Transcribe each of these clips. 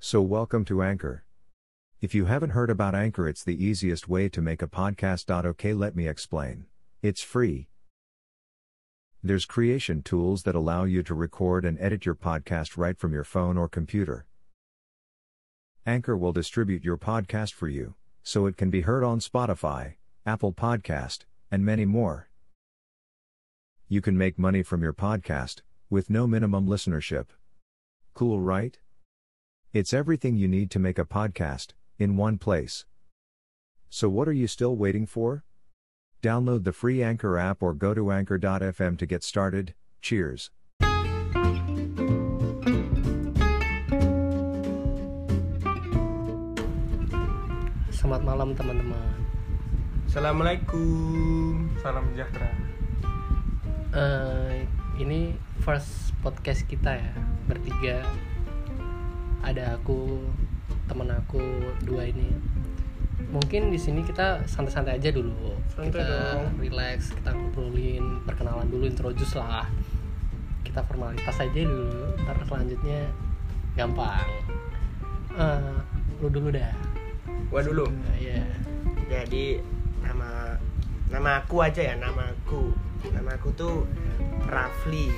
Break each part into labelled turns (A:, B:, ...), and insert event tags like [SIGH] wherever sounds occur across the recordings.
A: So, welcome to Anchor. If you haven't heard about Anchor, it's the easiest way to make a podcast. Okay, let me explain. It's free. There's creation tools that allow you to record and edit your podcast right from your phone or computer. Anchor will distribute your podcast for you, so it can be heard on Spotify, Apple Podcast, and many more. You can make money from your podcast with no minimum listenership. Cool, right? It's everything you need to make a podcast in one place. So, what are you still waiting for? Download the free Anchor app or go to anchor.fm to get started. Cheers.
B: Selamat malam teman-teman.
C: Assalamualaikum, salam sejahtera.
B: Eh, ini first podcast kita ya bertiga. Ada aku, teman aku dua ini. Mungkin di sini kita santai-santai aja dulu.
C: Santai
B: kita
C: dong.
B: relax, kita ngobrolin, perkenalan dulu, introduce lah. Kita formalitas aja dulu. Ntar selanjutnya gampang. Eh, lu dulu dah.
D: Gua dulu.
B: Nah, Iya.
D: Jadi nama nama aku aja ya nama aku. Nama aku tuh Rafli.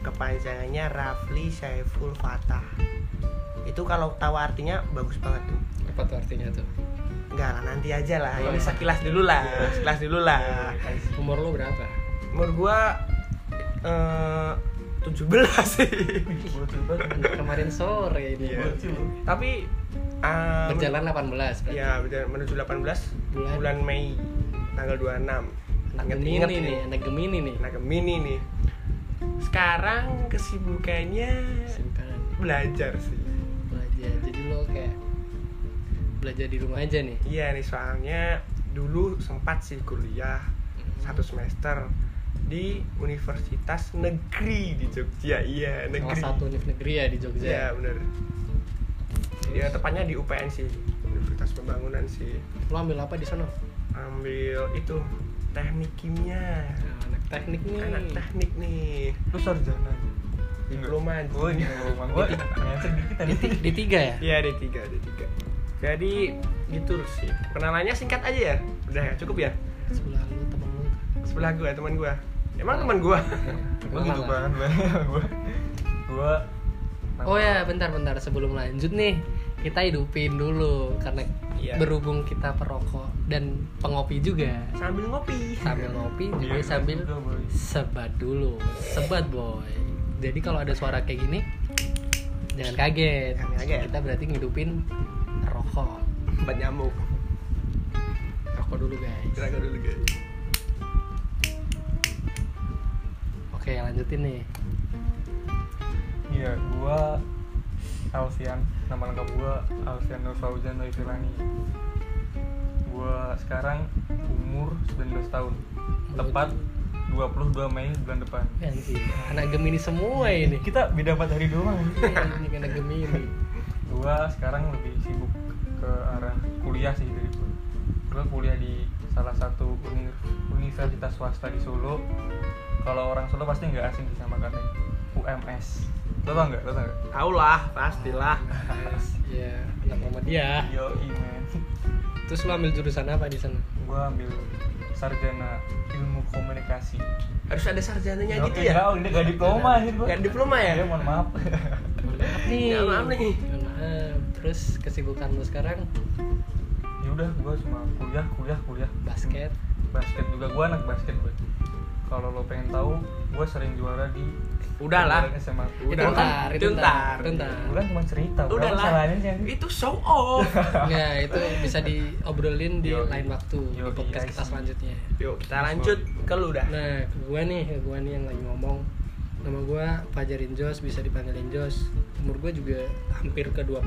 D: Kepanjangannya Rafli Saiful Fatah. Itu kalau tahu artinya bagus banget tuh.
B: Apa tuh artinya tuh?
D: Enggak lah nanti aja lah.
B: Boleh.
D: Ini sekilas dulu lah. Sekilas dulu lah.
B: Umur lu berapa?
D: Umur gua eh 17 sih.
B: Nah, Kemarin sore ini.
D: Iya. Tapi eh,
B: Berjalan 18 berarti.
D: Ya, berjalan menuju 18
B: Bulan.
D: bulan, Mei tanggal 26.
B: Anak Gemini
D: Ingat-ingat
B: nih, anak Gemini nih.
D: Nah, Gemini nih. Sekarang kesibukannya
B: Simpan
D: belajar sih.
B: belajar. Jadi lo kayak belajar di rumah aja nih.
D: Iya nih soalnya dulu sempat sih kuliah satu semester di Universitas Negeri di Jogja. Iya, negeri.
B: Salah satu univ negeri ya di Jogja.
D: Iya, bener. Ya, tepatnya di UPN sih. Universitas Pembangunan sih.
B: Lo ambil apa di sana? Nah,
D: Ambil itu teknik kimia.
B: Nah, anak teknik nih.
D: Anak teknik nih. Oh,
C: Lu sarjana.
D: Diploman.
C: Gue ini ngomong gue nyancer
B: Di,
C: dikit tadi.
B: ti- di tiga ya?
D: Iya ada tiga, ada tiga. Jadi gitu sih. Perkenalannya singkat aja ya. Udah ya, cukup ya.
B: Sebelah lu temen lu.
D: Sebelah gua teman gua. Emang teman gua.
C: Gue gitu
B: Kenalan.
C: banget banget gue. Gue
B: Oh ya, bentar-bentar sebelum lanjut nih, kita hidupin dulu karena
D: Iya.
B: berhubung kita perokok dan pengopi juga.
D: Sambil ngopi.
B: Sambil ngopi juga
C: Iya,
B: sambil
C: juga, Boy.
B: sebat dulu, sebat boy. Jadi kalau ada suara kayak gini, jangan kaget.
D: Jangan kaget.
B: Kita berarti ngidupin rokok.
D: Obat nyamuk.
B: Rokok dulu guys.
D: Jaga dulu guys.
B: Oke lanjutin nih.
C: Iya, gue Alfian. Nama lengkap gue Alfian Nur Fauzan Nur Firani. Gue sekarang umur 19 tahun. Tepat 22 Mei bulan depan.
B: Ganti. Kan, iya. Anak Gemini semua ini.
C: Eh, Kita beda 4 hari doang.
B: ini kan anak Gemini.
C: gua sekarang lebih sibuk ke arah kuliah sih dari gua gua kuliah di salah satu uni- universitas swasta di Solo kalau orang Solo pasti nggak asing sih sama kata UMS lo tau nggak lo tau nggak
D: Tahu lah, pastilah.
B: Yes, ya anak Muhammadiyah.
C: yo men
B: Terus lo ambil jurusan apa di sana?
C: gua ambil sarjana ilmu komunikasi
D: Harus ada sarjananya
C: Yo,
D: gitu
C: eh,
D: ya.
C: nggak, ini nggak diploma sih gua
D: Nggak diploma ya?
C: Iya, mohon maaf
B: Maaf nih.
D: Ya, maaf nih.
B: Ya, maaf. Terus kesibukan lo sekarang
C: ya udah gua cuma kuliah kuliah kuliah
B: basket.
C: basket juga gue anak basket Bud. kalau lo pengen tahu gue sering juara di
D: Udah lah.
C: kejuaraan SMA
D: Udah
B: itu ntar, itu
D: kan? Itu
B: ntar,
D: ntar.
B: itu ntar.
C: bukan kan cuma cerita udah
D: Udah lah.
C: salahnya sih anjing?
D: Itu show
B: [LAUGHS]
D: off.
B: Nah, itu bisa diobrolin di
C: Yoi.
B: lain waktu di
C: Yoi,
B: podcast
C: I
B: kita
C: see.
B: selanjutnya.
D: Yuk, kita lanjut ke lu dah.
B: Nah, ke gua nih, ke gua nih yang lagi ngomong. Nama gua Fajar Injos, bisa dipanggilin Jos. Umur gua juga hampir ke 20.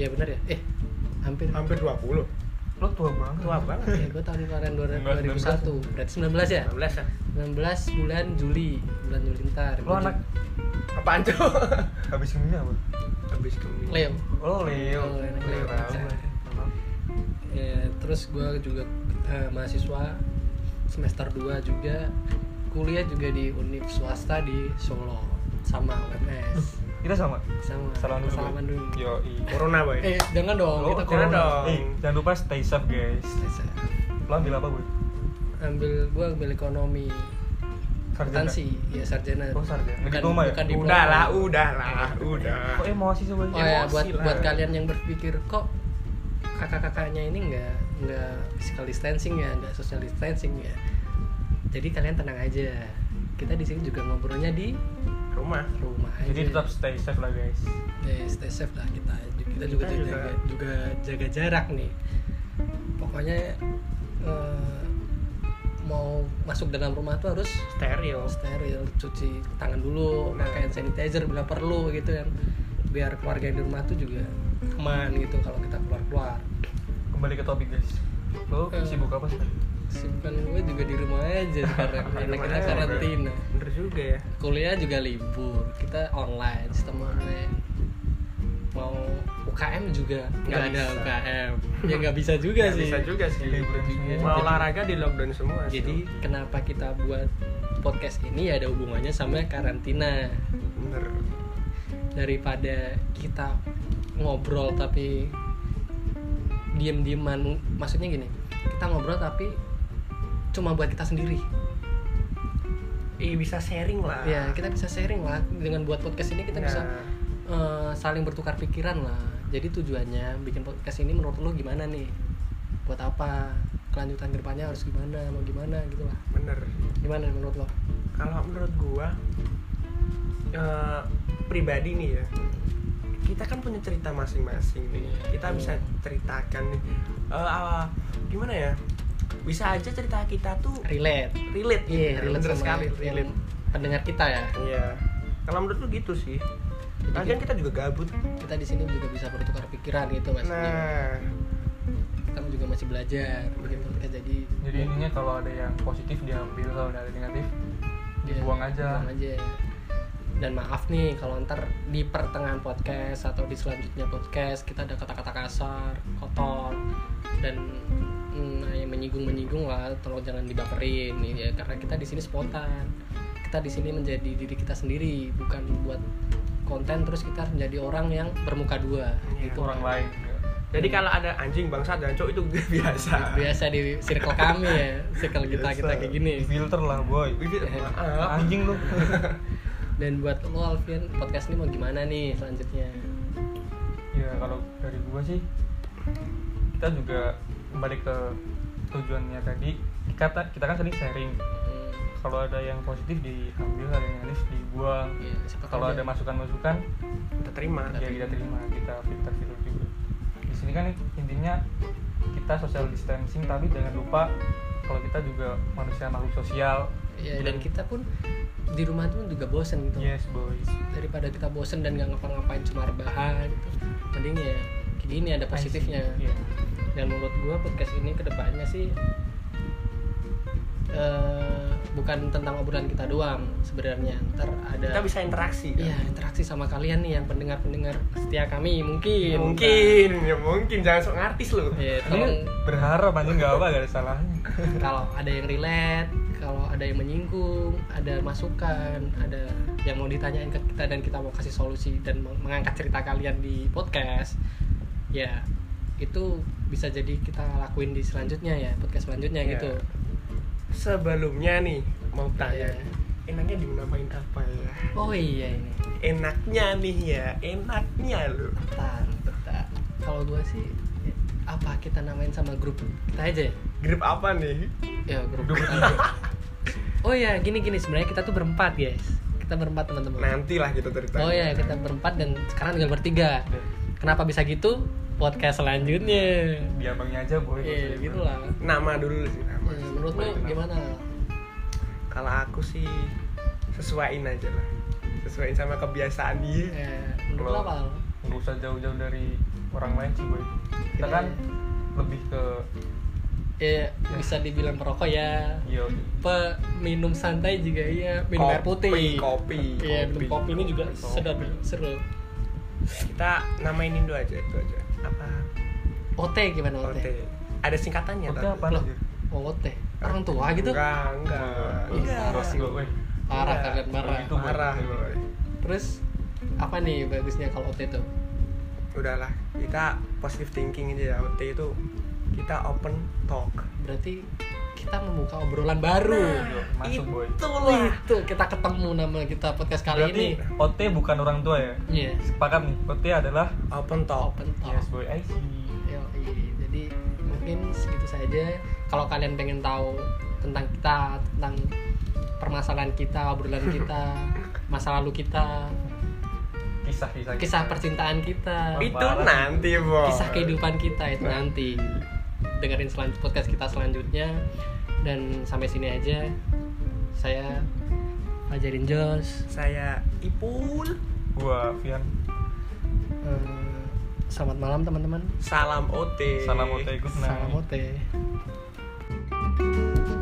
B: Ya benar ya? Eh, hampir.
D: Hampir 20.
C: lo tua banget
D: Tua banget.
B: Ya, gua tahun kemarin 2001.
C: 19.
B: Berarti 19 ya?
D: 19 ya.
B: 19 bulan Juli, bulan Juli ntar.
C: lo anak
D: Apaan tuh?
C: habis ini apa
D: Habis kemini.
B: Leo.
C: lo Leo
B: Oh, anak Leo.
C: banget.
B: Ya, terus gua juga eh, mahasiswa semester 2 juga kuliah juga di univ swasta di Solo sama UMS
C: Kita sama.
B: sama
C: Salaman dulu. Oh,
B: salaman dulu
C: Yo,
D: corona boy
B: eh jangan dong kita
D: jangan
B: corona
D: dong.
C: Eh, jangan lupa stay safe guys. Lo ambil apa gue?
B: ambil gua ambil ekonomi akuntansi ya sarjana
C: Oh, sarjana.
B: bukan
C: Diploma ya?
B: bukan diploma.
D: udah lah udah lah udah
C: Kok emosi sih
B: oh ya
D: Emosi
B: buat
D: lah.
B: buat kalian yang berpikir kok kakak-kakaknya ini nggak nggak physical distancing ya nggak social distancing ya jadi kalian tenang aja kita di sini juga ngobrolnya di
D: rumah
B: rumah aja
C: Jadi tetap stay safe lah guys.
B: Eh, stay safe lah kita kita juga
D: Kita
B: jaga juga. jaga jarak nih pokoknya eh, mau masuk dalam rumah tuh harus
D: stereo
B: steril cuci tangan dulu
D: Nah.
B: pakai hand sanitizer bila perlu gitu kan biar keluarga yang di rumah tuh juga aman gitu kalau kita keluar keluar
C: Kembali ke topik guys. Lo
B: Eh.
C: sibuk apa sih?
B: bukan gue juga di rumah aja
D: [LAUGHS]
B: sekarang karena kita
D: Rumah aja,
B: karantina
D: bener juga ya
B: kuliah juga libur kita online sistem online mau UKM juga nggak
D: Nggak
B: ada
D: bisa. [LAUGHS]
B: UKM ya nggak bisa juga
D: Nggak
B: sih Iya,
D: bisa juga sih
C: Liburan semua.
D: mau olahraga di lockdown semua sih.
B: jadi kenapa kita buat podcast ini ya ada hubungannya sama karantina
D: bener
B: daripada kita ngobrol tapi diem-dieman maksudnya gini kita ngobrol tapi cuma buat kita sendiri
D: Ih, Eh, bisa sharing lah
B: ya kita bisa sharing lah dengan buat podcast ini kita
D: Nah,
B: bisa eh, saling bertukar pikiran lah jadi tujuannya bikin podcast ini menurut lo gimana nih buat apa kelanjutan kedepannya harus gimana mau gimana gitu lah
D: bener
B: gimana menurut lo
D: kalau menurut gua eh, pribadi nih ya kita kan punya cerita masing-masing nih
B: Iya.
D: kita bisa ceritakan nih Eh, ah, gimana ya bisa aja cerita kita tuh
B: relate
D: relate gitu.
B: iya relate
D: bener
B: sama
D: sekali
B: yang
D: relate
B: pendengar kita ya
D: iya kalau menurut lu gitu sih
B: Jadi
D: lagian kita juga gabut
B: kita di sini juga bisa bertukar pikiran gitu maksudnya
D: nah
B: kita juga masih belajar begitu kita jadi
C: Jadi intinya kalau ada yang positif diambil, kalau ada yang negatif
B: ya,
C: dibuang aja.
B: buang aja dan maaf nih kalau ntar di pertengahan podcast atau di selanjutnya podcast kita ada kata-kata kasar kotor dan mm, yang menyinggung menyinggung lah tolong jangan dibaperin nih ya karena kita di sini spontan kita di sini menjadi diri kita sendiri bukan buat konten terus kita harus menjadi orang yang bermuka dua
D: Iya,
B: gitu
C: Orang lain.
D: jadi
B: Iya.
D: kalau ada anjing bangsa dan cowok itu [LAUGHS] biasa
B: biasa di circle kami ya circle kita kita kayak gini
C: Filter lah boy.
B: Iya.
D: Bibit, maaf.
C: Anjing
B: [LAUGHS]
C: lu.
B: dan buat lo Alvin podcast ini mau gimana nih selanjutnya
C: ya kalau dari gua sih kita juga kembali ke tujuannya tadi kata kita kan sering sharing
B: Hmm,
C: kalau ada yang positif diambil ada yang negatif dibuang
B: ya, siapa tahu
C: kalau
B: dia-
C: ada masukan-masukan
D: kita terima
B: Kita
C: ya kita
B: terima.
C: terima kita filter filter juga di sini kan intinya kita social distancing tapi jangan lupa kalau kita juga manusia makhluk sosial
B: ya,
C: Iya.
B: dan kita pun di rumah tuh juga bosen gitu
C: yes boy
B: daripada kita bosen dan nggak ngapa-ngapain cuma rebahan gitu mending ya kayak gini ada positifnya
C: Iya.
B: dan menurut gua podcast ini kedepannya sih eh, bukan tentang obrolan kita doang sebenarnya ntar ada
D: kita bisa interaksi kan?
B: Iya, interaksi sama kalian nih yang pendengar-pendengar setia kami mungkin.
D: Iya, mungkin
B: Iya.
D: ya mungkin jangan sok ngartis lu
B: Ya,
C: Ini
B: tolong
C: berharap anjing nggak apa gak ada salahnya
B: kalau ada yang relate, kalau ada yang menyinggung, ada masukan, ada yang mau ditanyain ke kita dan kita mau kasih solusi dan meng- mengangkat cerita kalian di podcast. Ya, itu bisa jadi kita lakuin di selanjutnya ya, podcast selanjutnya
D: Iya.
B: gitu.
D: sebelumnya nih mau tanya
B: Iya.
D: enaknya dinamain apa ya
B: Oh iya ini.
D: enaknya nih ya enaknya lu
B: Bentar, bentar. Kalau gua sih apa kita namain sama grup kita aja ya?
D: grup apa nih
B: ya grup [LAUGHS]
C: Grup
B: kita. oh ya gini gini sebenarnya kita tuh berempat guys kita berempat teman-teman
D: nantilah kita cerita
B: oh ya kita berempat dan sekarang tinggal bertiga kenapa bisa gitu podcast selanjutnya
C: di abangnya aja
D: Iya,
C: boy
B: ya
C: Maksudnya,
B: gitu lah
D: nama dulu sih nama
B: Ya, menurut lo
C: Boleh kenapa?
B: gimana
D: kalau aku sih sesuaiin aja lah sesuaiin sama kebiasaan dia
B: ya, menurut lo
C: Kalau-
B: apa Al?
C: nggak usah jauh-jauh dari orang lain sih boy kita
B: Iya.
C: kan lebih ke
B: ya bisa dibilang perokok ya
C: yo
B: peminum santai juga iya minum air putih
D: Kopi, kopi,
B: Iya, minum
D: kopi.
B: kopi ini juga
C: Kopi.
B: sedap ya, seru
D: kita namain Indo aja itu aja apa
B: OT gimana OT?
D: OT ada singkatannya
C: Oke,
D: tapi.
C: apa
B: Iya, Loh.
C: anjir?
B: Oh, OT orang tua gitu
D: enggak enggak
C: Enggak.
D: enggak
B: Iya.
C: Terus gue, weh.
B: parah
D: Enggak.
B: kalian parah
C: Itu
D: marah boy.
B: Terus apa nih bagusnya kalau OT tuh
D: udahlah kita positive thinking aja ya OT itu kita open talk
B: berarti kita membuka obrolan baru
D: Nah.
C: Yuk, masuk boy
D: itulah
B: itu kita ketemu nama kita podcast kali
C: berarti
B: ini
C: OT bukan orang tua ya
B: iya
C: sepakat nih OT adalah
D: open talk
B: open talk
C: yes boy I see
B: Yoi, jadi mungkin segitu saja kalau kalian pengen tahu tentang kita tentang permasalahan kita obrolan [LAUGHS] kita masa lalu kita
C: kisah-kisah
B: kisah percintaan kita
D: itu nanti bos
B: kisah kehidupan kita itu nanti dengerin selan- podcast kita selanjutnya dan sampai sini aja saya Fajarin Jos
D: saya Ipul
C: gua Fian
B: Eh, selamat malam teman-teman
D: salam OT
C: nah. salam OT good night
B: salam OT